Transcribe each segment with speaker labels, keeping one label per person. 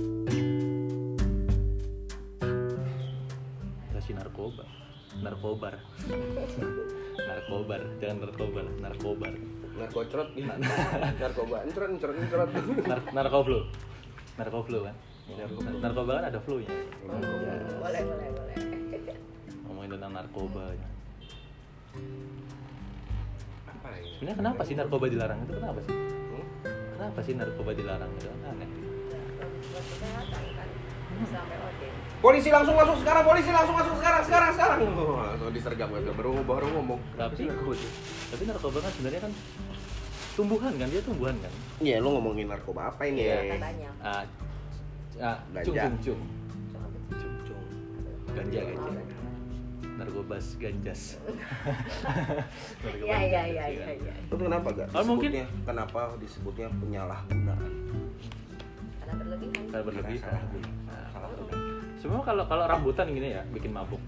Speaker 1: narkobar narkobar jangan narkobar narkobar
Speaker 2: narkocrot gitu narkoba encrot encrot encrot
Speaker 1: Nar narkoflu narkoflu kan Nar- narkoba kan ada flu nya
Speaker 3: boleh boleh boleh
Speaker 1: ngomongin tentang narkoba
Speaker 2: apa ya
Speaker 1: sebenarnya kenapa sih narkoba dilarang itu kenapa sih
Speaker 2: Hmm?
Speaker 1: kenapa sih narkoba dilarang itu kan aneh
Speaker 3: Ya, buat kesehatan kan sampai OD
Speaker 2: polisi langsung masuk sekarang polisi langsung masuk sekarang sekarang sekarang Oh, langsung disergap gak baru baru ngomong
Speaker 1: tapi tapi narkoba kan sebenarnya kan tumbuhan kan dia tumbuhan kan
Speaker 2: iya lu ngomongin narkoba apa ini
Speaker 3: Ternyata banyak
Speaker 1: ah ah, cung cung
Speaker 2: Ganja.
Speaker 1: cung
Speaker 3: Cuma kecil.
Speaker 1: cung cung ganja ganja narkobas ganjas Narkobas
Speaker 3: ya ya
Speaker 1: ganjas,
Speaker 3: ya
Speaker 1: ya
Speaker 3: ya
Speaker 1: kan?
Speaker 3: ya
Speaker 2: itu kenapa gak
Speaker 1: Oh, mungkin-
Speaker 2: disebutnya kenapa disebutnya penyalahgunaan Iya,
Speaker 3: karena berlebihan
Speaker 1: Kalau berlebih Ah.
Speaker 2: Salah guna. Salah guna.
Speaker 1: semua kalau kalau rambutan gini ya bikin mabuk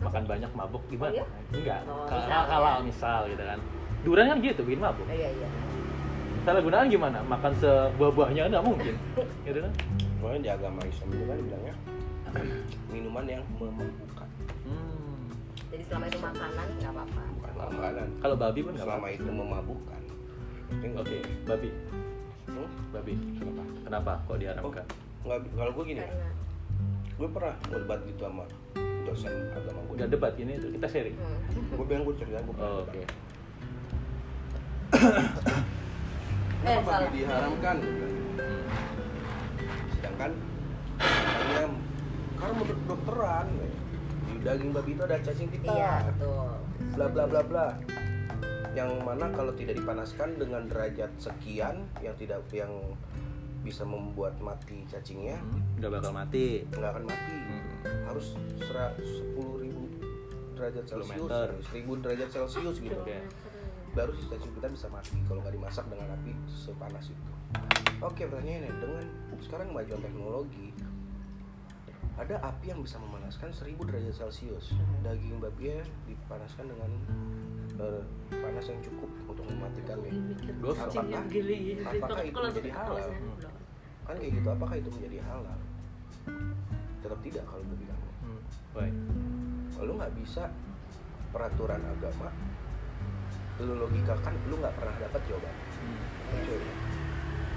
Speaker 1: makan banyak mabuk
Speaker 3: Oh,
Speaker 1: gimana
Speaker 3: iya?
Speaker 1: enggak
Speaker 3: Oh,
Speaker 1: kalau
Speaker 3: misal,
Speaker 1: kalau
Speaker 3: ya.
Speaker 1: misal gitu kan durian kan gitu bikin mabuk
Speaker 3: iya iya
Speaker 1: salah gunaan gimana makan sebuah-buahnya kan nggak mungkin gitu kan
Speaker 2: Soalnya di agama Islam itu kan bilangnya minuman yang memabukkan
Speaker 1: hmm.
Speaker 3: jadi selama itu makanan nggak apa-apa
Speaker 2: bukan makanan.
Speaker 1: kalau babi pun nggak
Speaker 2: Selama
Speaker 1: apa-apa.
Speaker 2: itu memabukkan. Itu nggak-
Speaker 1: oke babi
Speaker 2: Hmm?
Speaker 1: babi
Speaker 2: Kenapa?
Speaker 1: kenapa kok diharamkan
Speaker 2: Nggak, kalau gue gini,
Speaker 3: karena
Speaker 2: gue pernah berdebat gitu sama dosen agama gue.
Speaker 1: udah debat ini tuh kita sharing
Speaker 3: hmm,
Speaker 2: Gue bilang gue cerita, gue pernah
Speaker 1: Oh,
Speaker 2: debat.
Speaker 1: oke
Speaker 3: eh
Speaker 2: Kenapa babi
Speaker 3: salah
Speaker 2: diharamkan? Gua bilang. gitu.
Speaker 1: Hmm.
Speaker 2: Sedangkan katanya, karena menurut dokteran, di daging babi itu ada cacing pita.
Speaker 3: iya betul
Speaker 2: bla bla bla bla yang mana kalau tidak dipanaskan dengan derajat sekian yang tidak yang bisa membuat mati cacingnya
Speaker 1: Hmm. nggak bakal mati
Speaker 2: nggak akan mati
Speaker 1: Hmm.
Speaker 2: harus sepuluh ribu derajat
Speaker 1: Kilometer.
Speaker 2: celcius seribu derajat celcius gitu
Speaker 1: Oke.
Speaker 2: baru si cacing kita bisa mati kalau nggak dimasak dengan api sepanas itu oke pertanyaannya dengan sekarang kemajuan teknologi ada api yang bisa memanaskan 1000 derajat celcius daging babi dipanaskan dengan eh, panas yang cukup untuk mematikannya
Speaker 4: mikir
Speaker 1: Gosok.
Speaker 4: kucing yang
Speaker 3: gitu.
Speaker 4: geli
Speaker 2: Apakah itu
Speaker 4: Kalau langsung
Speaker 2: jadi
Speaker 4: ke kepala
Speaker 2: halal?
Speaker 4: saya.
Speaker 2: kan kayak gitu apakah itu menjadi halal tetap tidak kalau gue bilang
Speaker 1: Hmm. Why?
Speaker 2: lu nggak bisa peraturan agama lu logikakan lu nggak pernah dapat jawaban
Speaker 1: Hmm.
Speaker 2: Cuy,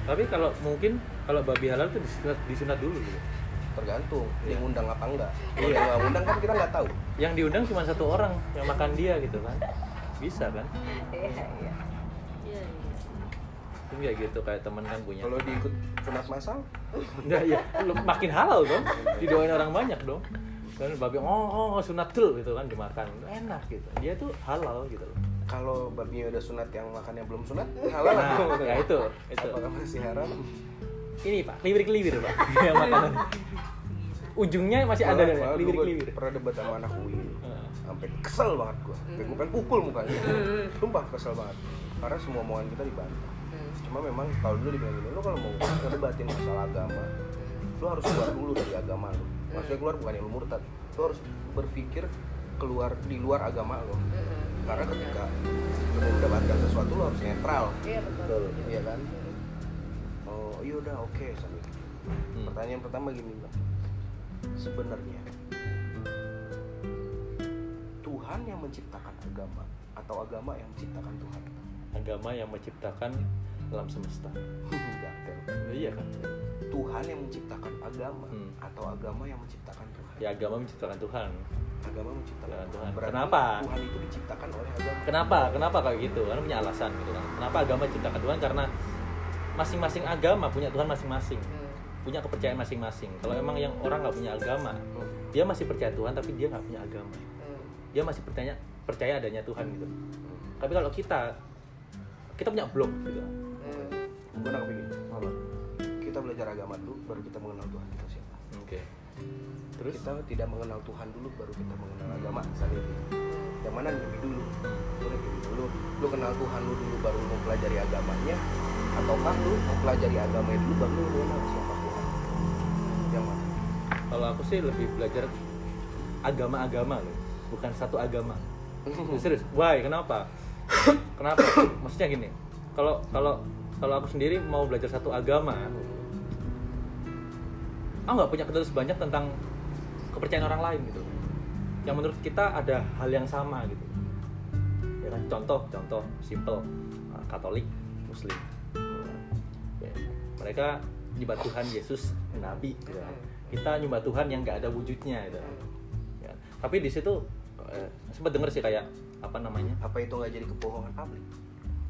Speaker 1: tapi kalau mungkin kalau babi halal tuh disunat, disunat dulu gitu.
Speaker 2: tergantung dia
Speaker 1: Iya.
Speaker 2: ngundang apa enggak kalau dia nggak ngundang kan kita nggak tahu
Speaker 1: yang diundang cuma satu orang yang makan dia gitu kan bisa kan
Speaker 3: iya iya
Speaker 4: Iya, iya.
Speaker 1: itu kayak gitu kayak temen kan punya
Speaker 2: kalau diikut sunat masal
Speaker 1: Nggak, ya lu- makin halal dong didoain orang banyak dong kan babi oh, oh sunat dulu gitu kan dimakan enak gitu dia tuh halal gitu loh
Speaker 2: kalau babinya udah sunat yang makannya belum sunat halal
Speaker 1: nah ya itu itu
Speaker 2: apakah masih haram
Speaker 1: ini pak kliwir kliwir pak yang makanan ujungnya masih ada
Speaker 2: Malah-
Speaker 1: kan
Speaker 2: malah
Speaker 1: kliwir
Speaker 2: gua
Speaker 1: kliwir
Speaker 2: pernah debat sama anak UI
Speaker 1: Heeh.
Speaker 2: sampai kesel banget gua sampai gua pengen pukul mukanya sumpah kesel banget karena semua omongan kita dibantah
Speaker 3: Hmm,
Speaker 2: cuma memang kalau dulu dibilang gini lu kalau mau ngedebatin masalah agama lu harus keluar dulu dari agama lu maksudnya keluar bukan yang lu murtad lu harus berpikir keluar di luar agama lu
Speaker 3: hmm, hmm.
Speaker 2: karena ketika lu mau mendapatkan sesuatu lu harus netral
Speaker 3: iya betul
Speaker 2: iya kan oh iya udah oke sampai gitu.
Speaker 1: Hmm.
Speaker 2: pertanyaan pertama gini bang sebenarnya Tuhan yang menciptakan agama atau agama yang menciptakan Tuhan
Speaker 1: agama yang menciptakan alam semesta
Speaker 2: Enggak, Tel.
Speaker 1: Ya, iya kan
Speaker 2: Tuhan yang menciptakan agama
Speaker 1: Hmm.
Speaker 2: atau agama yang menciptakan Tuhan
Speaker 1: ya agama menciptakan Tuhan
Speaker 2: agama menciptakan
Speaker 1: Tuhan.
Speaker 2: Tuhan berarti
Speaker 1: Kenapa?
Speaker 2: Tuhan itu diciptakan oleh agama
Speaker 1: kenapa kenapa kayak gitu karena punya alasan gitu kan kenapa agama ciptakan Tuhan karena masing-masing agama punya Tuhan masing-masing
Speaker 3: Hmm.
Speaker 1: punya kepercayaan masing-masing kalau emang yang orang nggak punya agama
Speaker 2: Hmm.
Speaker 1: dia masih percaya Tuhan tapi dia nggak punya agama
Speaker 3: Hmm.
Speaker 1: dia masih percaya percaya adanya Tuhan gitu
Speaker 2: Hmm.
Speaker 1: tapi kalau kita kita punya blok gitu
Speaker 3: Hmm.
Speaker 2: gue nangkep ini Apa? kita belajar agama dulu baru kita mengenal Tuhan kita siapa
Speaker 1: oke terus
Speaker 2: kita tidak mengenal Tuhan dulu baru kita mengenal agama misalnya gitu. yang mana lebih dulu Lu lebih dulu lu kenal Tuhan lu dulu baru lu mempelajari agamanya ataukah lu mempelajari agama dulu baru lu mengenal siapa Tuhan yang mana
Speaker 1: kalau aku sih lebih belajar agama-agama loh bukan satu agama serius why kenapa kenapa maksudnya gini kalau kalau kalau aku sendiri mau belajar satu agama aku nggak punya keterus banyak tentang kepercayaan orang lain gitu yang menurut kita ada hal yang sama gitu ya kan contoh contoh simple uh, Katolik Muslim Ya, mereka nyembah Tuhan Yesus Nabi gitu kan. kita nyembah Tuhan yang nggak ada wujudnya gitu kan. Ya. tapi di situ eh, sempat denger sih kayak apa namanya
Speaker 2: apa itu nggak jadi kebohongan publik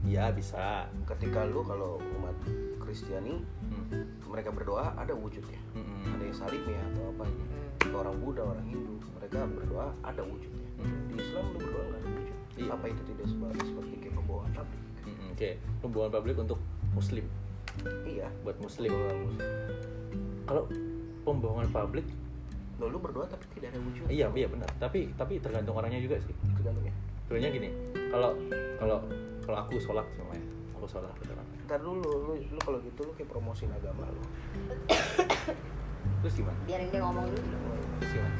Speaker 1: ya bisa
Speaker 2: ketika lu kalau umat Kristiani
Speaker 1: Mm,
Speaker 2: mereka berdoa ada wujudnya
Speaker 1: mm, mm,
Speaker 2: ada yang salibnya atau apa gitu.
Speaker 1: Hmm.
Speaker 2: Ketika orang Buddha orang Hindu mereka berdoa ada wujudnya
Speaker 1: mm,
Speaker 2: di Islam lu berdoa nggak ada wujud
Speaker 1: Iya.
Speaker 2: apa itu tidak sebagai seperti kayak pembohongan publik
Speaker 1: mm, oke pembuangan publik untuk Muslim
Speaker 2: iya
Speaker 1: buat Muslim
Speaker 2: pembohongan muslim
Speaker 1: kalau pembohongan publik
Speaker 2: Loh, lu berdoa tapi tidak ada wujud
Speaker 1: iya iya benar tapi tapi tergantung orangnya juga sih
Speaker 2: tergantung ya
Speaker 1: sebenarnya gini kalau kalau kalau aku sholat semuanya aku sholat gitu kan.
Speaker 2: ntar dulu lu, lu kalau gitu lu kayak promosiin agama lu
Speaker 1: terus gimana
Speaker 3: biarin dia ngomong dulu
Speaker 1: terus gimana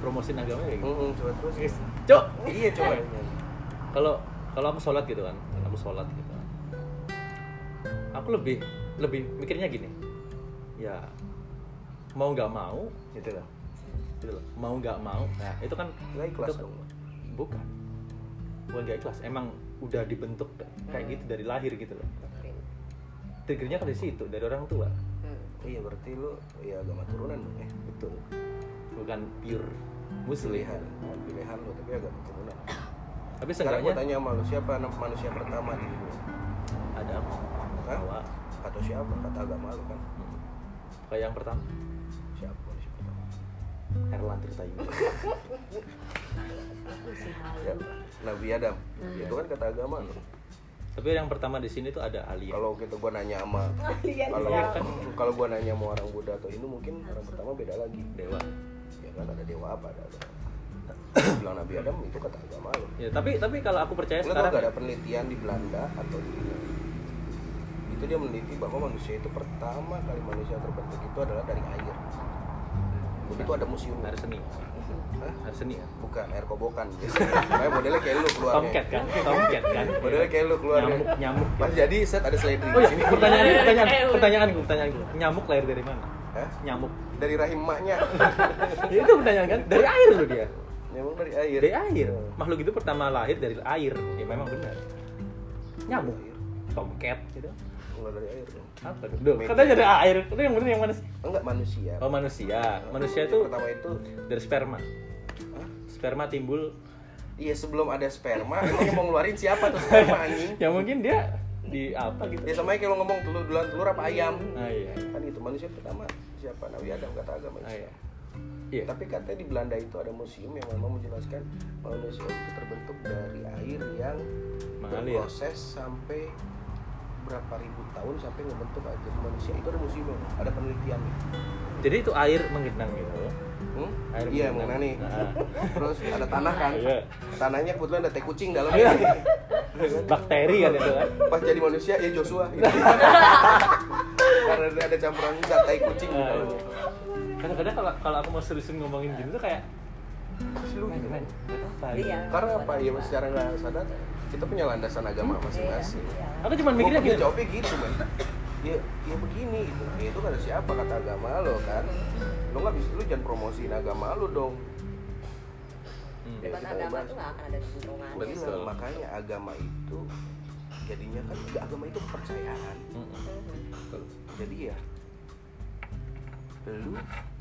Speaker 1: promosiin agama kayak gitu
Speaker 2: Hmm, coba terus
Speaker 1: Guys, cok
Speaker 2: iya coba
Speaker 1: kalau kalau aku sholat gitu kan aku sholat gitu kan aku lebih lebih mikirnya gini ya mau nggak mau
Speaker 2: gitu lah
Speaker 1: gitu loh mau nggak mau nah itu kan
Speaker 2: nggak ikhlas
Speaker 1: Itu-
Speaker 2: dong lu.
Speaker 1: bukan bukan nggak ikhlas emang udah dibentuk kayak gitu dari lahir gitu loh triggernya kan dari situ dari orang tua
Speaker 3: Hmm.
Speaker 2: iya berarti lu ya agama turunan dong ya
Speaker 1: betul bukan pure muslim
Speaker 2: pilihan pilihan lu tapi agama turunan
Speaker 1: tapi
Speaker 2: sekarang gua
Speaker 1: seenggaknya
Speaker 2: tanya sama lu siapa anak manusia pertama di dunia
Speaker 1: ada
Speaker 2: Hah?
Speaker 1: Hawa.
Speaker 2: kata siapa kata agama lu kan
Speaker 1: Hmm. kayak yang pertama
Speaker 2: siapa manusia pertama
Speaker 1: Erlan Tirtayudi
Speaker 3: Ya.
Speaker 2: siapa Nabi Adam itu kan kata agama lu
Speaker 1: tapi yang pertama di sini tuh ada alien
Speaker 2: kalau kita gua nanya sama
Speaker 3: Iya,
Speaker 2: kalau kalau gua nanya sama orang Buddha atau Hindu mungkin orang pertama beda lagi
Speaker 1: dewa
Speaker 2: ya kan ada dewa apa ada agama bilang Nabi Adam itu kata agama lu
Speaker 1: ya tapi tapi kalau aku percaya
Speaker 2: Lu tau
Speaker 1: sekarang
Speaker 2: gak ada penelitian di Belanda atau di itu dia meneliti bahwa manusia itu pertama kali manusia terbentuk itu adalah dari air. Itu ada museum.
Speaker 1: ada seni
Speaker 2: Hah?
Speaker 1: ada seni ya
Speaker 2: Bukan air kobokan. biasanya. Kayak modelnya kayak lu keluarnya.
Speaker 1: tomcat kan tomcat kan
Speaker 2: Modelnya kayak lu keluarnya.
Speaker 1: nyamuk nyamuk ya.
Speaker 2: Pas jadi set ada sliding
Speaker 1: oh
Speaker 2: di
Speaker 1: ya
Speaker 2: sini.
Speaker 1: pertanyaan pertanyaan pertanyaan gue pertanyaan gue nyamuk lahir dari mana
Speaker 2: Hah?
Speaker 1: nyamuk
Speaker 2: Dari rahim maknya.
Speaker 1: ya, itu pertanyaan kan dari air loh dia
Speaker 2: Memang dari air.
Speaker 1: dari air makhluk itu pertama lahir dari air ya memang benar nyamuk
Speaker 2: Air.
Speaker 1: tomcat gitu
Speaker 2: Enggak dari air. dong.
Speaker 1: apa tuh Duh, katanya dari air itu yang benar yang mana sih
Speaker 2: Enggak manusia.
Speaker 1: oh manusia manusia
Speaker 2: Yang
Speaker 1: itu
Speaker 2: pertama itu
Speaker 1: dari sperma
Speaker 2: Hah?
Speaker 1: sperma timbul
Speaker 2: Iya sebelum ada sperma, emang yang mau ngeluarin siapa tuh sperma anjing?
Speaker 1: ya mungkin dia di apa gitu
Speaker 2: Ya sama aja kayak lo ngomong telur duluan telur apa ayam.
Speaker 1: ah iya
Speaker 2: Kan itu manusia pertama siapa Nabi Adam kata agama
Speaker 1: ah, iya
Speaker 2: Islam.
Speaker 1: iya
Speaker 2: Tapi katanya di Belanda itu ada museum yang memang menjelaskan manusia itu terbentuk dari air yang
Speaker 1: mengalir
Speaker 2: proses sampai berapa ribu tahun sampai ngebentuk aja manusia itu ada museum ada penelitiannya
Speaker 1: jadi itu air menggenang gitu
Speaker 2: hmm?
Speaker 1: air
Speaker 2: iya
Speaker 1: menggenang.
Speaker 2: mengenai nih
Speaker 1: Nah,
Speaker 2: terus ada tanah kan
Speaker 1: Iya.
Speaker 2: tanahnya kebetulan ada teh kucing dalamnya
Speaker 1: bakteri kan itu kan
Speaker 2: pas jadi manusia ya Joshua gitu. karena ada campuran zat tai kucing di
Speaker 1: Ah,
Speaker 2: dalamnya
Speaker 1: iya. kadang-kadang kalau kalau aku mau seriusin ngomongin gini tuh kayak
Speaker 2: Terus lu
Speaker 1: main main
Speaker 2: gimana?
Speaker 1: buat apa gitu.
Speaker 3: Iya.
Speaker 2: Karena apa ya secara nggak sadar kita punya landasan agama
Speaker 1: Hmm.
Speaker 2: masing-masing.
Speaker 3: Iya.
Speaker 1: aku cuma
Speaker 2: Gua
Speaker 1: mikirnya
Speaker 2: punya
Speaker 1: gitu
Speaker 2: jawabnya gitu men. Ya, ya begini gitu. Ya, itu kan siapa kata agama lo kan. Lo nggak bisa lu jangan promosiin agama lo dong.
Speaker 1: Hmm.
Speaker 2: Ya,
Speaker 3: Debat
Speaker 2: kita
Speaker 3: agama
Speaker 2: bahas.
Speaker 3: tuh nggak akan ada keuntungannya.
Speaker 2: Bener,
Speaker 1: Betul.
Speaker 2: makanya agama itu jadinya kan juga agama itu kepercayaan.
Speaker 1: Mm-mm.
Speaker 2: Jadi ya lu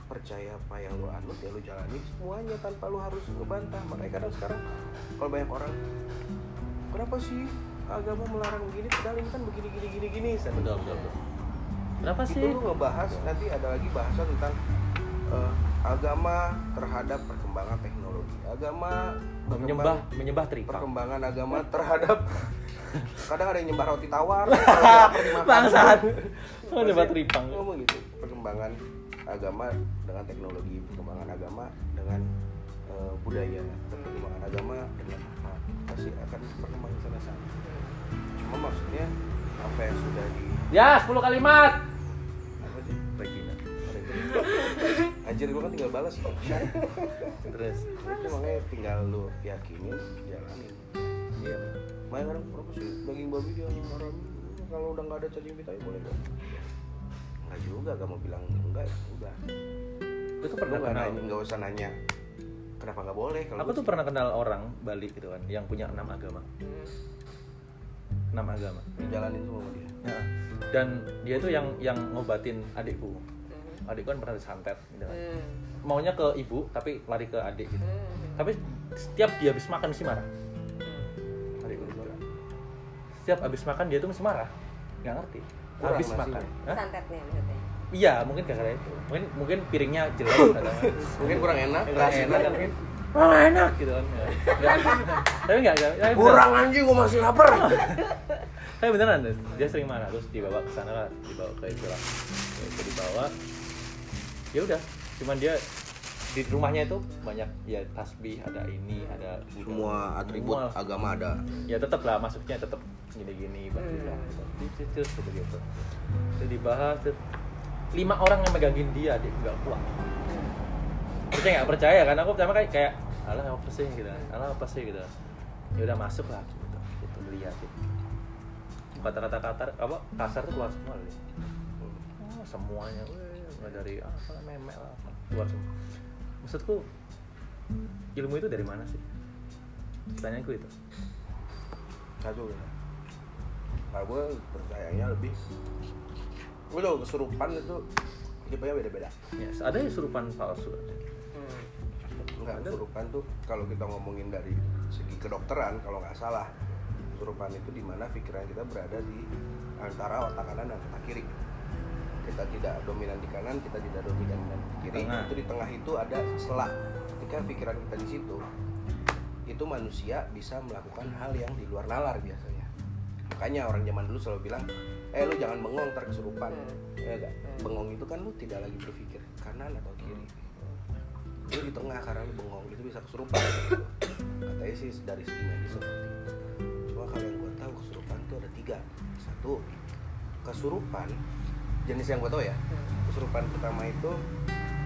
Speaker 2: percaya apa yang lu anut ya lu jalani semuanya tanpa lu harus ngebantah makanya kadang sekarang kalau banyak orang kenapa sih agama melarang begini sekali kan begini gini gini gini San."
Speaker 1: betul betul betul kenapa
Speaker 2: itu
Speaker 1: sih
Speaker 2: lu ngebahas nanti ada lagi bahasan tentang eh, agama terhadap perkembangan teknologi agama berkembang-
Speaker 1: menyembah menyembah tripang
Speaker 2: perkembangan agama terhadap kadang ada yang nyembah roti tawar
Speaker 1: bangsat Oh, nyembah tripang
Speaker 2: ngomong gitu perkembangan agama dengan teknologi perkembangan agama dengan eh, budaya perkembangan agama dengan apa pasti akan berkembang ke sana sana cuma maksudnya apa yang sudah di
Speaker 1: ya 10 kalimat
Speaker 2: apa sih
Speaker 1: Regina
Speaker 2: anjir gua kan tinggal balas kok itu
Speaker 1: terus
Speaker 2: makanya tinggal lu yakinin jalanin
Speaker 1: iya
Speaker 2: main orang apa sih daging babi dia orang kalau udah nggak ada cacing pita ya boleh dong nggak juga gak mau bilang enggak ya udah
Speaker 1: itu
Speaker 2: lu
Speaker 1: pernah
Speaker 2: nggak
Speaker 1: kenal
Speaker 2: nanya nggak usah nanya kenapa nggak boleh kalau
Speaker 1: Aku
Speaker 2: gua
Speaker 1: tuh
Speaker 2: sih-
Speaker 1: pernah kenal orang Bali gitu kan yang punya enam agama. Enam agama.
Speaker 2: dijalanin semua sama dia
Speaker 1: Ya. Dan dia tuh yang yang ngobatin adikku. Adikku kan pernah disantet gitu kan.
Speaker 5: Hmm.
Speaker 1: Maunya ke ibu tapi lari ke adik gitu. Tapi setiap dia habis makan sih marah. Adikku juga. Setiap habis makan dia tuh mesti marah. Nggak ngerti.
Speaker 2: Kurang
Speaker 1: Habis
Speaker 2: nasinya.
Speaker 1: makan. Hah?
Speaker 4: santetnya maksudnya
Speaker 1: Iya, mungkin gara-gara itu. Mungkin mungkin piringnya jelek atau apa.
Speaker 2: mungkin kurang enak
Speaker 1: Kurang
Speaker 2: rasanya
Speaker 1: enak kan mungkin. Wah, enak gitu kan. Ya. Nggak- tapi enggak,
Speaker 2: kurang anjing gua masih lapar
Speaker 1: tapi beneran Des. dia sering marah terus dibawa ke sana lah dibawa ke itu lah Ya, itu dibawa ya udah cuman dia di rumahnya itu banyak ya tasbih ada ini ada Buddha.
Speaker 2: semua atribut
Speaker 1: Semua lah.
Speaker 2: agama ada
Speaker 1: ya tetap lah masuknya tetap gini-gini bagus lah gitu. Terus- terus gitu gitu Terus dibahas terus lima orang yang megangin dia dia nggak kuat
Speaker 5: Hmm.
Speaker 1: percaya nggak percaya kan aku pertama kayak kayak alah apa sih gitu alah apa sih gitu ya udah masuk lah gitu gitu lihat gitu. kata-kata kasar apa kasar tuh keluar semua loh oh, semuanya weh, mulai dari "Ah, apa lah, memek lah apa, keluar semua maksudku ilmu itu dari mana sih pertanyaanku itu
Speaker 2: satu ya. Nah, gue percayanya lebih gue tau kesurupan itu tipenya beda-beda
Speaker 1: Ya, ada yang surupan palsu.
Speaker 5: Hmm.
Speaker 2: Enggak,
Speaker 1: Ada.
Speaker 2: kesurupan tuh kalau kita ngomongin dari segi kedokteran kalau nggak salah kesurupan itu di mana pikiran kita berada di antara otak kanan dan otak kiri kita tidak dominan di kanan kita tidak dominan di kiri
Speaker 1: Tengah.
Speaker 2: itu di tengah itu ada selah ketika pikiran kita di situ itu manusia bisa melakukan hal yang di luar nalar biasanya makanya orang zaman dulu selalu bilang eh lu jangan bengong ntar kesurupan ya enggak bengong itu kan lu tidak lagi berpikir kanan atau kiri lu di tengah karena lu bengong itu bisa kesurupan gitu. katanya sih dari segi medis seperti itu cuma kalau yang gue tahu kesurupan itu ada tiga satu kesurupan jenis yang gue tahu ya
Speaker 5: Hmm.
Speaker 2: kesurupan pertama itu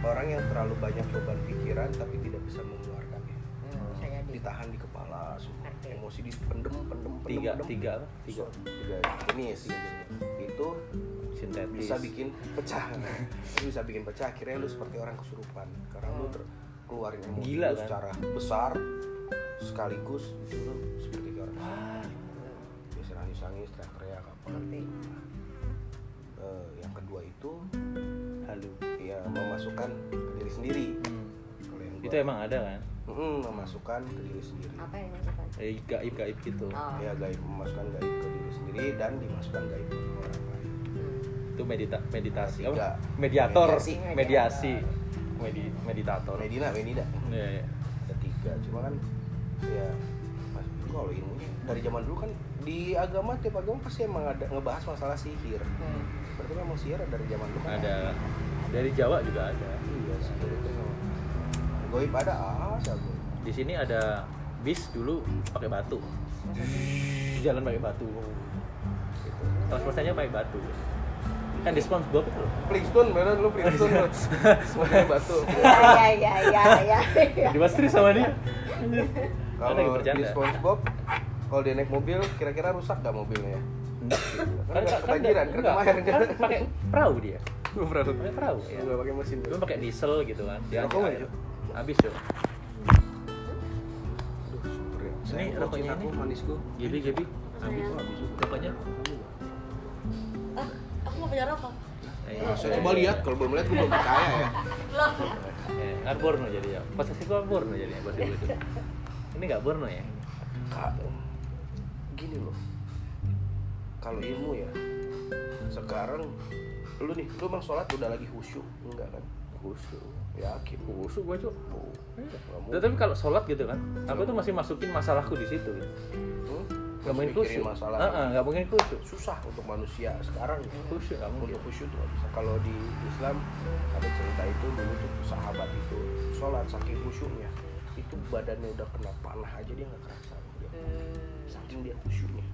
Speaker 2: orang yang terlalu banyak beban pikiran tapi tidak bisa mengeluarkannya
Speaker 4: bisa
Speaker 5: Hmm.
Speaker 4: jadi
Speaker 2: ditahan di kepala semua
Speaker 4: Oke.
Speaker 2: emosi dipendem pendem pendem
Speaker 1: Tiga,
Speaker 2: pendem.
Speaker 1: tiga apa? Tiga.
Speaker 2: So, tiga jenis itu
Speaker 1: Sintetis.
Speaker 2: bisa bikin Hmm. pecah Itu bisa bikin pecah akhirnya lu seperti orang kesurupan karena lu ter- keluarin emosi
Speaker 1: Gila,
Speaker 2: lu
Speaker 1: kan?
Speaker 2: secara besar sekaligus itu lu seperti kayak orang
Speaker 1: Ah.
Speaker 2: kesurupan. bisa nangis nangis teriak teriak apa
Speaker 1: Hmm.
Speaker 4: ngerti
Speaker 2: Eh, yang kedua itu
Speaker 1: Halu.
Speaker 2: ya memasukkan ke diri sendiri
Speaker 1: Hmm.
Speaker 2: kalau yang
Speaker 1: Itu emang ada kan?
Speaker 2: Mm, memasukkan ke diri sendiri
Speaker 4: apa yang maksudnya
Speaker 1: Eh, gaib gaib gitu.
Speaker 4: oh
Speaker 5: Hmm.
Speaker 2: ya gaib memasukkan gaib ke diri sendiri dan dimasukkan gaib ke orang lain
Speaker 5: Hmm.
Speaker 1: Itu medita meditasi.
Speaker 2: Tiga.
Speaker 1: Apa? Mediator.
Speaker 2: Mediasi.
Speaker 1: Mediasi. Medi meditator.
Speaker 2: Medina Medina
Speaker 1: Iya, iya.
Speaker 2: ketiga cuma kan ya mas kalau ilmunya dari zaman dulu kan di agama tiap agama pasti emang ada ngebahas masalah sihir berarti memang sihir dari zaman dulu kan
Speaker 1: Ada dari Jawa juga ada.
Speaker 2: iya sihir itu memang goib ada ah, ada goib
Speaker 1: Di sini ada bis dulu pakai batu. Jalan pakai batu. Gitu. Transportasinya pakai batu. Kan di SpongeBob itu loh.
Speaker 2: Flintstone beneran lu Flintstone lu Semuanya batu
Speaker 4: ya
Speaker 5: Iya,
Speaker 4: ya ya ya ya
Speaker 1: Di sama dia. Ada yang
Speaker 2: kalau
Speaker 1: bercanda.
Speaker 2: di SpongeBob kalau dia naik mobil kira-kira rusak gak mobilnya ya?
Speaker 1: Enggak. Kan,
Speaker 2: Karena nggak Kan kebanjiran, karena
Speaker 1: enggak.
Speaker 2: kemarin Iya. kan.
Speaker 1: Kan pakai perahu dia.
Speaker 2: lu berapa
Speaker 1: Pakai perahu ya.
Speaker 2: gak pakai mesin
Speaker 1: Cuma pakai diesel gitu kan. Dia
Speaker 2: Rokok nggak,
Speaker 1: air.
Speaker 2: Cuk?
Speaker 1: Habis, Cuk.
Speaker 2: Aduh, super ya.
Speaker 1: Ini
Speaker 2: Sayang,
Speaker 1: rokoknya
Speaker 2: cintaku,
Speaker 1: ini.
Speaker 2: manisku
Speaker 1: Gibi, gibi. Habis. Rokoknya.
Speaker 4: ah aku mau punya rokok
Speaker 1: Eh,
Speaker 2: Nah, saya coba lihat kalau belum lihat gue belum percaya ya
Speaker 4: loh
Speaker 1: Eh, kan Borno jadi ya. Posisi gua Borno jadi ya, bahasa gua itu. Ini enggak Borno ya.
Speaker 2: Kak, gini loh kalau ilmu ya sekarang lu nih lu emang sholat udah lagi khusyuk enggak kan Ya,
Speaker 1: Khusyuk.
Speaker 2: yakin
Speaker 1: Khusyuk gua, Cuk.
Speaker 2: Oh, nggak mau.
Speaker 1: Tapi kalau sholat gitu kan, aku tuh masih masukin masalahku di situ. Gitu.
Speaker 2: Hmm?
Speaker 1: Gak mungkin
Speaker 2: Terus mikirin
Speaker 1: khusyuk.
Speaker 2: masalah
Speaker 1: Heeh, nggak mungkin khusyuk.
Speaker 2: susah untuk manusia sekarang
Speaker 1: Khusyuk nggak mungkin.
Speaker 2: untuk khusyuk tuh nggak bisa kalau di Islam ada cerita itu dulu tuh sahabat itu sholat saking khusyuknya itu badannya udah kena panah aja dia nggak kerasa dia
Speaker 1: Hmm.
Speaker 2: saking dia khusyuknya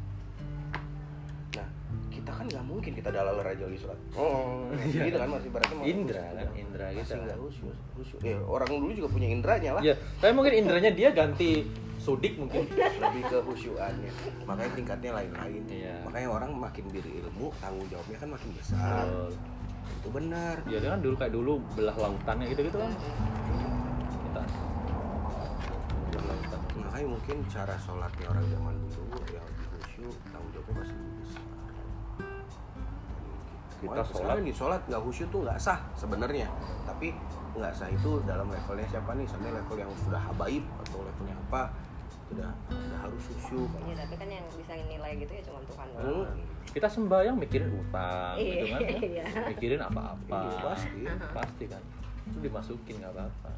Speaker 2: nah kita kan nggak mungkin kita dalam aja lagi sholat oh
Speaker 1: iya.
Speaker 2: gitu kan masih berarti masih
Speaker 1: Indra
Speaker 2: khusyuk
Speaker 1: kan,
Speaker 2: juga.
Speaker 1: indra
Speaker 2: masih
Speaker 1: kita.
Speaker 2: nggak khusyuk khusyuk ya orang dulu juga punya indranya lah
Speaker 1: Ya, tapi mungkin indranya dia ganti sudik mungkin.
Speaker 2: lebih ke khusyuannya makanya tingkatnya lain-lain
Speaker 1: Iya.
Speaker 2: makanya orang makin berilmu tanggung jawabnya kan makin besar
Speaker 1: Iya.
Speaker 2: itu benar
Speaker 1: ya dia kan dulu kayak dulu belah lautannya gitu gitu kan kita dan lain sebagainya.
Speaker 2: makanya mungkin cara sholatnya orang zaman dulu ya lebih khusyuk tanggung jawabnya pasti lebih besar
Speaker 1: Kita
Speaker 2: kita
Speaker 1: sholat.
Speaker 2: sholat nih sholat nggak khusyuk tuh nggak sah sebenarnya tapi nggak sah itu dalam levelnya siapa nih sebenarnya level yang sudah habaib atau levelnya apa sudah sudah harus khusyuk
Speaker 5: Iya, tapi kan yang bisa nilai gitu ya cuma Tuhan
Speaker 2: Hmm,
Speaker 5: doang.
Speaker 1: Kita sembahyang mikirin utang gitu kan ya.
Speaker 5: Iya.
Speaker 1: Mikirin
Speaker 2: iya,
Speaker 1: apa-apa.
Speaker 2: pasti
Speaker 1: Pasti kan. Itu dimasukin nggak apa-apa.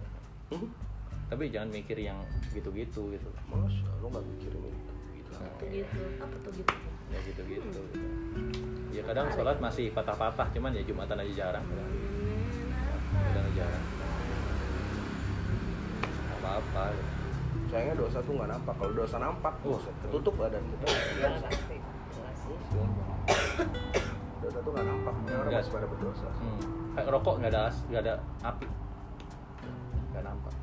Speaker 2: Hmm,
Speaker 1: Tapi jangan mikir yang gitu-gitu gitu.
Speaker 2: masa lo ah, nggak mikirin itu Gila.
Speaker 4: Tuh gitu. Apa tuh gitu?
Speaker 1: Ya gitu-gitu. gitu. Ya kadang sholat masih patah-patah, cuman ya jumatan aja jarang.
Speaker 4: Hmm,
Speaker 1: kan. Jumatan aja jarang. Nggak Apa-apa. gitu.
Speaker 2: sayangnya dosa tuh nggak nampak kalau dosa nampak
Speaker 1: Oh.
Speaker 2: buset, ketutup badan kita
Speaker 5: Iya, pasti. Jelas.
Speaker 2: dosa tuh nggak nampak ini orang
Speaker 1: Nggak.
Speaker 2: masih pada berdosa
Speaker 1: Hmm. Kayak rokok nggak ada as- nggak ada api. Nggak nampak.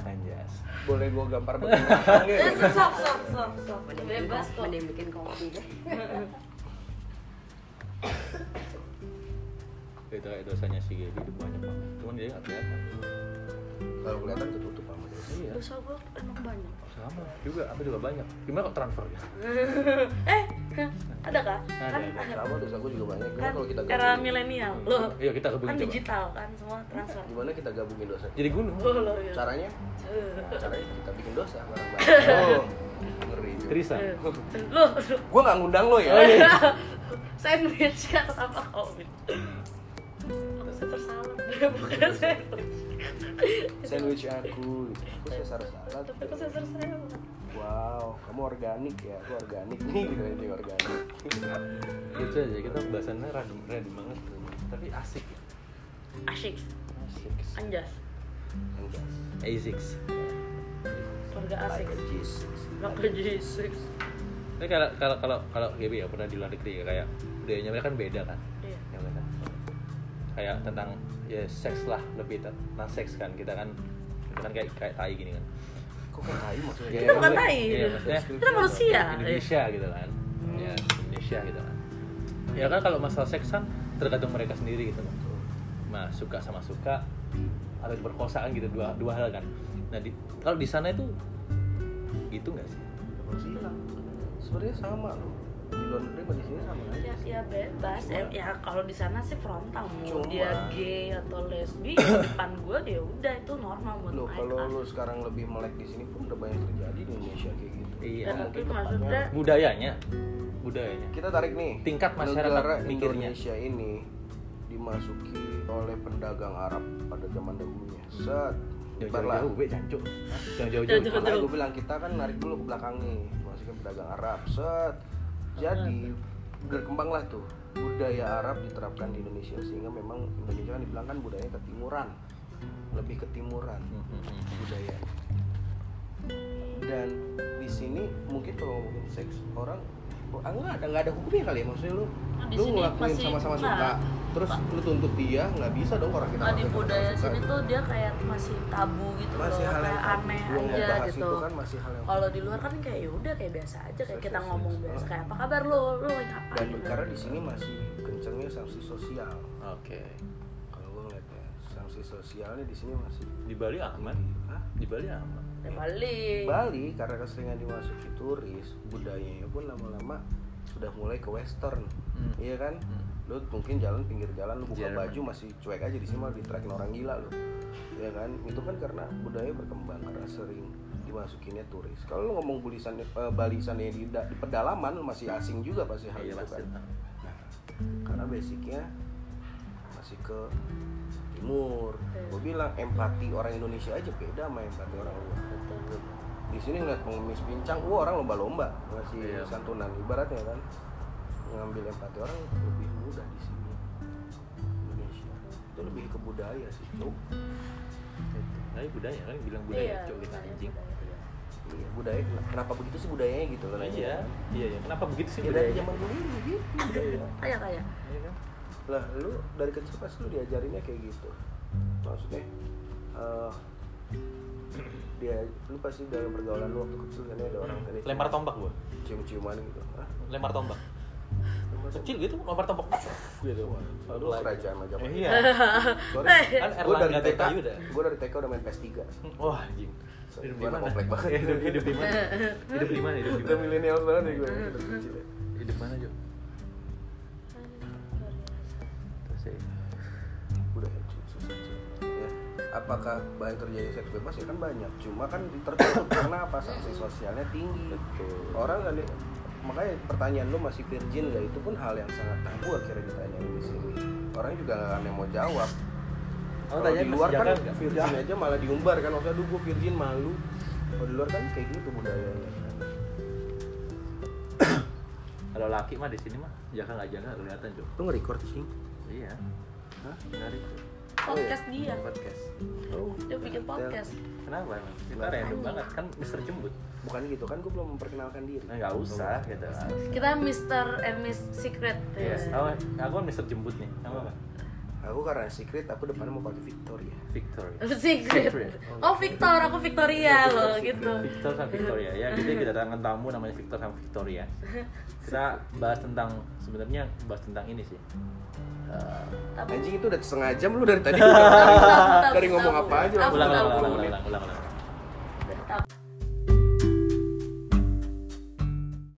Speaker 1: Anjas.
Speaker 2: boleh gua gampar gitu. begini
Speaker 4: Ya, sok, sok, sok, sok.
Speaker 5: Mending bikin
Speaker 4: Bebas
Speaker 5: kopi-
Speaker 4: kok.
Speaker 5: Mending bikin kopi deh.
Speaker 1: Itu kayak dosanya si Gaby itu banyak banget. Cuman dia nggak kelihatan.
Speaker 2: kalau kelihatan ketutup sama dosa
Speaker 1: Iya.
Speaker 4: Dosa gue emang banyak.
Speaker 1: Sama juga, aku juga banyak. Gimana kok transfer ya?
Speaker 4: eh, ada kah?
Speaker 1: Ada,
Speaker 4: Kan
Speaker 1: ada.
Speaker 2: sama dosa gua juga banyak gimana
Speaker 4: kan
Speaker 2: kalau kita
Speaker 4: era
Speaker 2: gabungin
Speaker 4: milenial loh
Speaker 1: Iya kita
Speaker 4: kan
Speaker 1: kebun coba.
Speaker 4: digital kan semua transfer
Speaker 2: gimana kita gabungin dosa
Speaker 1: Jadi gulung.
Speaker 4: oh loh ya
Speaker 2: caranya
Speaker 4: Eh,
Speaker 2: caranya kita bikin dosa bareng-bareng oh ngeri juga.
Speaker 1: Trisa.
Speaker 4: eh. loh loh.
Speaker 2: gua nggak ngundang lo
Speaker 4: Oh,
Speaker 2: ya
Speaker 4: iya. sandwich kan apa kau aku saya tersalah bukan sandwich
Speaker 2: sandwich aku gitu. aku sesar salad
Speaker 4: tapi aku saya tersalah
Speaker 2: wow kamu organik ya aku organik nih gitu aja organik
Speaker 1: Itu aja kita bahasannya random random banget. Tapi asik. ya.
Speaker 4: asyik anjas
Speaker 2: Anjas.
Speaker 1: Asics.
Speaker 4: keluarga asik
Speaker 2: Like a Jesus.
Speaker 4: Raka Jisik
Speaker 1: Tapi kalau kalau kalau kalau Gaby ya pernah di luar negeri ya, kayak budayanya mereka kan beda kan.
Speaker 4: Iya.
Speaker 1: Ya, mereka. Kayak tentang ya seks lah lebih tentang seks kan kita kan kita kan kayak kayak tai gini kan.
Speaker 2: Kok kayak tai maksudnya?
Speaker 1: Iya,
Speaker 4: Kita bukan
Speaker 1: maksudnya-
Speaker 4: tai.
Speaker 1: Iya, maksudnya
Speaker 4: Kita manusia. iya.
Speaker 1: Indonesia gitu kan. Ya, Indonesia gitu kan. Ya kan kalau masalah seks kan tergantung mereka sendiri gitu kan. Nah, suka sama suka atau diperkosa kan gitu dua dua hal kan. Nah, di, kalau di sana itu gitu nggak sih?
Speaker 2: Emang sih hilang. Iya. Sebenarnya sama loh. Di luar negeri sama di sini sama aja.
Speaker 4: ya, ya bebas ya, ya kalau di sana sih frontal mau
Speaker 2: Cuma-
Speaker 4: dia gay atau lesbi ya depan gue ya udah itu normal buat
Speaker 2: Loh,
Speaker 4: mereka
Speaker 2: kalau lu sekarang lebih melek di sini pun udah banyak terjadi di Indonesia kayak gitu.
Speaker 1: Iya.
Speaker 4: dan
Speaker 2: mungkin
Speaker 4: itu maksudnya
Speaker 1: Budayanya, budayanya.
Speaker 2: Kita tarik nih.
Speaker 1: Tingkat masyarakat
Speaker 2: negara
Speaker 1: mikirnya.
Speaker 2: Indonesia ini dimasuki oleh pendagang Arab pada zaman dahulunya. Set.
Speaker 1: Jangan
Speaker 2: Nyebar lah.
Speaker 1: jauh-jauh, be jancuk. Jangan jauh-jauh.
Speaker 4: Jangan jauh.
Speaker 2: Makanya gue bilang kita kan narik dulu ke belakang nih, masukin pedagang Arab. Set. Jadi berkembanglah tuh budaya Arab diterapkan di Indonesia sehingga memang Indonesia kan dibilang kan budayanya ketimuran. Lebih ketimuran
Speaker 1: Hmm, hmm, hmm.
Speaker 2: budaya. Dan di sini mungkin kalau ngomongin seks orang oh, ah, nggak ada nggak ada hukumnya kali ya maksudnya lu
Speaker 4: Nah, di
Speaker 2: lu
Speaker 4: sini
Speaker 2: ngelakuin
Speaker 4: masih-
Speaker 2: sama-sama
Speaker 4: nah,
Speaker 2: suka terus lu tuntut dia nggak bisa dong orang kita
Speaker 4: nah, di
Speaker 2: ngelakuin sama-sama
Speaker 4: budaya
Speaker 2: suka.
Speaker 4: sini tuh dia kayak masih tabu gitu
Speaker 2: masih
Speaker 4: loh
Speaker 2: hal yang
Speaker 4: kayak
Speaker 2: tabu.
Speaker 4: aneh
Speaker 2: Gua mau
Speaker 4: aja
Speaker 2: bahas
Speaker 4: gitu
Speaker 2: itu kan masih hal yang
Speaker 4: kalau di luar kan kayak ya udah kayak biasa aja kayak kita ngomong biasa kayak apa kabar lo lo lagi apa
Speaker 2: dan
Speaker 4: gitu.
Speaker 2: karena di sini masih kencengnya sanksi sosial
Speaker 1: Oke.
Speaker 2: kalau gue ngeliatnya sanksi sosialnya di sini masih
Speaker 1: Di Bali aman.
Speaker 2: Hah?
Speaker 1: Di Bali aman.
Speaker 4: Ya, balik
Speaker 2: Bali karena keseringan dimasuki turis budayanya pun lama-lama sudah mulai ke western
Speaker 1: Hmm.
Speaker 2: iya kan
Speaker 1: Hmm.
Speaker 2: lu mungkin jalan pinggir jalan lu buka
Speaker 1: Jerman.
Speaker 2: baju masih cuek aja di sini malah diterakin orang gila lu ya kan itu kan karena budaya berkembang karena sering dimasukinnya turis kalau lu ngomong bulisan eh, balisan yang di, da- di pedalaman lu masih asing juga pasti hal
Speaker 1: Iya
Speaker 2: itu
Speaker 1: pasti.
Speaker 2: kan karena basicnya masih ke timur gue bilang empati orang Indonesia aja beda sama empati orang luar di sini ngeliat pengemis pincang wah orang lomba-lomba ngasih
Speaker 1: Iya.
Speaker 2: santunan ibaratnya kan ngambil empati orang lebih mudah di sini Indonesia itu lebih ke budaya sih cuk
Speaker 1: Tapi budaya kan bilang
Speaker 4: iya
Speaker 1: budaya cowok kita anjing.
Speaker 2: iya budaya ken- kenapa begitu sih budayanya gitu loh nanya
Speaker 1: Iya, iya, iya. Kenapa begitu sih
Speaker 2: ya dari
Speaker 1: budayanya?
Speaker 2: zaman dulu gitu budaya
Speaker 4: kayak kayak
Speaker 1: Iya kan?
Speaker 2: lah lu dari kecil pas lu diajarinnya kayak gitu maksudnya eh dia lu pasti dalam pergaulan lu waktu kecil kan ya, ada orang tadi
Speaker 1: Lempar Hmm, tombak gua.
Speaker 2: cium-ciuman gitu Hah?
Speaker 1: Lempar tombak.
Speaker 2: Lempar
Speaker 1: kecil gitu lempar tembok gitu
Speaker 2: Lu
Speaker 1: Like.
Speaker 2: kerajaan aja
Speaker 1: Eh, iya kan
Speaker 2: Gue dari
Speaker 1: Erlangga
Speaker 2: TK
Speaker 1: TK udah
Speaker 2: Gue dari TK udah main PS3
Speaker 1: wah anjing hidup di
Speaker 2: Gimana
Speaker 1: mana
Speaker 2: komplek banget.
Speaker 1: hidup hidup di mana hidup di mana hidup di
Speaker 2: Kita
Speaker 1: mana
Speaker 2: milenial banget ya gue dari kecil ya.
Speaker 1: hidup mana jo Terus, ya.
Speaker 2: Udah ya, cuy, susah cuy. Ya. Apakah bahan kerjanya seks bebas ya kan banyak Cuma kan tertutup karena apa sanksi sosialnya tinggi Orang kan Makanya pertanyaan lu masih virgin gak itu pun hal yang sangat tabu akhirnya ditanyain di sini Orang juga gak ada yang mau jawab
Speaker 1: Kamu
Speaker 2: Kalau
Speaker 1: Oh, tanya
Speaker 2: di luar
Speaker 1: masih
Speaker 2: kan
Speaker 1: jaga nggak? Iya.
Speaker 2: virgin aja malah diumbar kan Maksudnya aduh gue virgin malu Kalau di luar kan kayak gitu budayanya kan.
Speaker 1: kalau laki mah di sini mah jaga nggak jaga kelihatan jo
Speaker 2: Lu nge-record sih?
Speaker 1: iya
Speaker 2: Hah?
Speaker 1: menarik Jo.
Speaker 4: podcast dia
Speaker 1: podcast
Speaker 2: Oh,
Speaker 4: dia bikin podcast
Speaker 1: kenapa emang kita random banget kan Mister Jembut
Speaker 2: Bukan gitu kan gue belum memperkenalkan diri
Speaker 1: nah nggak usah gitu
Speaker 4: kita Mr. and Miss Secret
Speaker 1: Iya,
Speaker 4: ya.
Speaker 1: aku, aku kan Mister Jembut nih. Nama apa?
Speaker 2: Aku karena secret, aku depannya mau pakai Victoria
Speaker 1: Victoria.
Speaker 4: Eh, Secret
Speaker 1: Secret.
Speaker 4: oh Victor aku Victoria loh gitu
Speaker 1: Victor sama Victoria ya kita kedatangan tamu namanya Victor sama Victoria kita bahas tentang sebenarnya bahas tentang ini sih Eh,
Speaker 4: tapi
Speaker 2: Anjing itu udah setengah jam lu dari tadi udah
Speaker 4: Tabu, tabu,
Speaker 2: dari
Speaker 4: tabu,
Speaker 2: ngomong
Speaker 4: tabu.
Speaker 2: apa aja
Speaker 4: Tabu,
Speaker 1: ulang, ulang,
Speaker 4: tahu.
Speaker 1: ulang, ulang, ulang, ulang.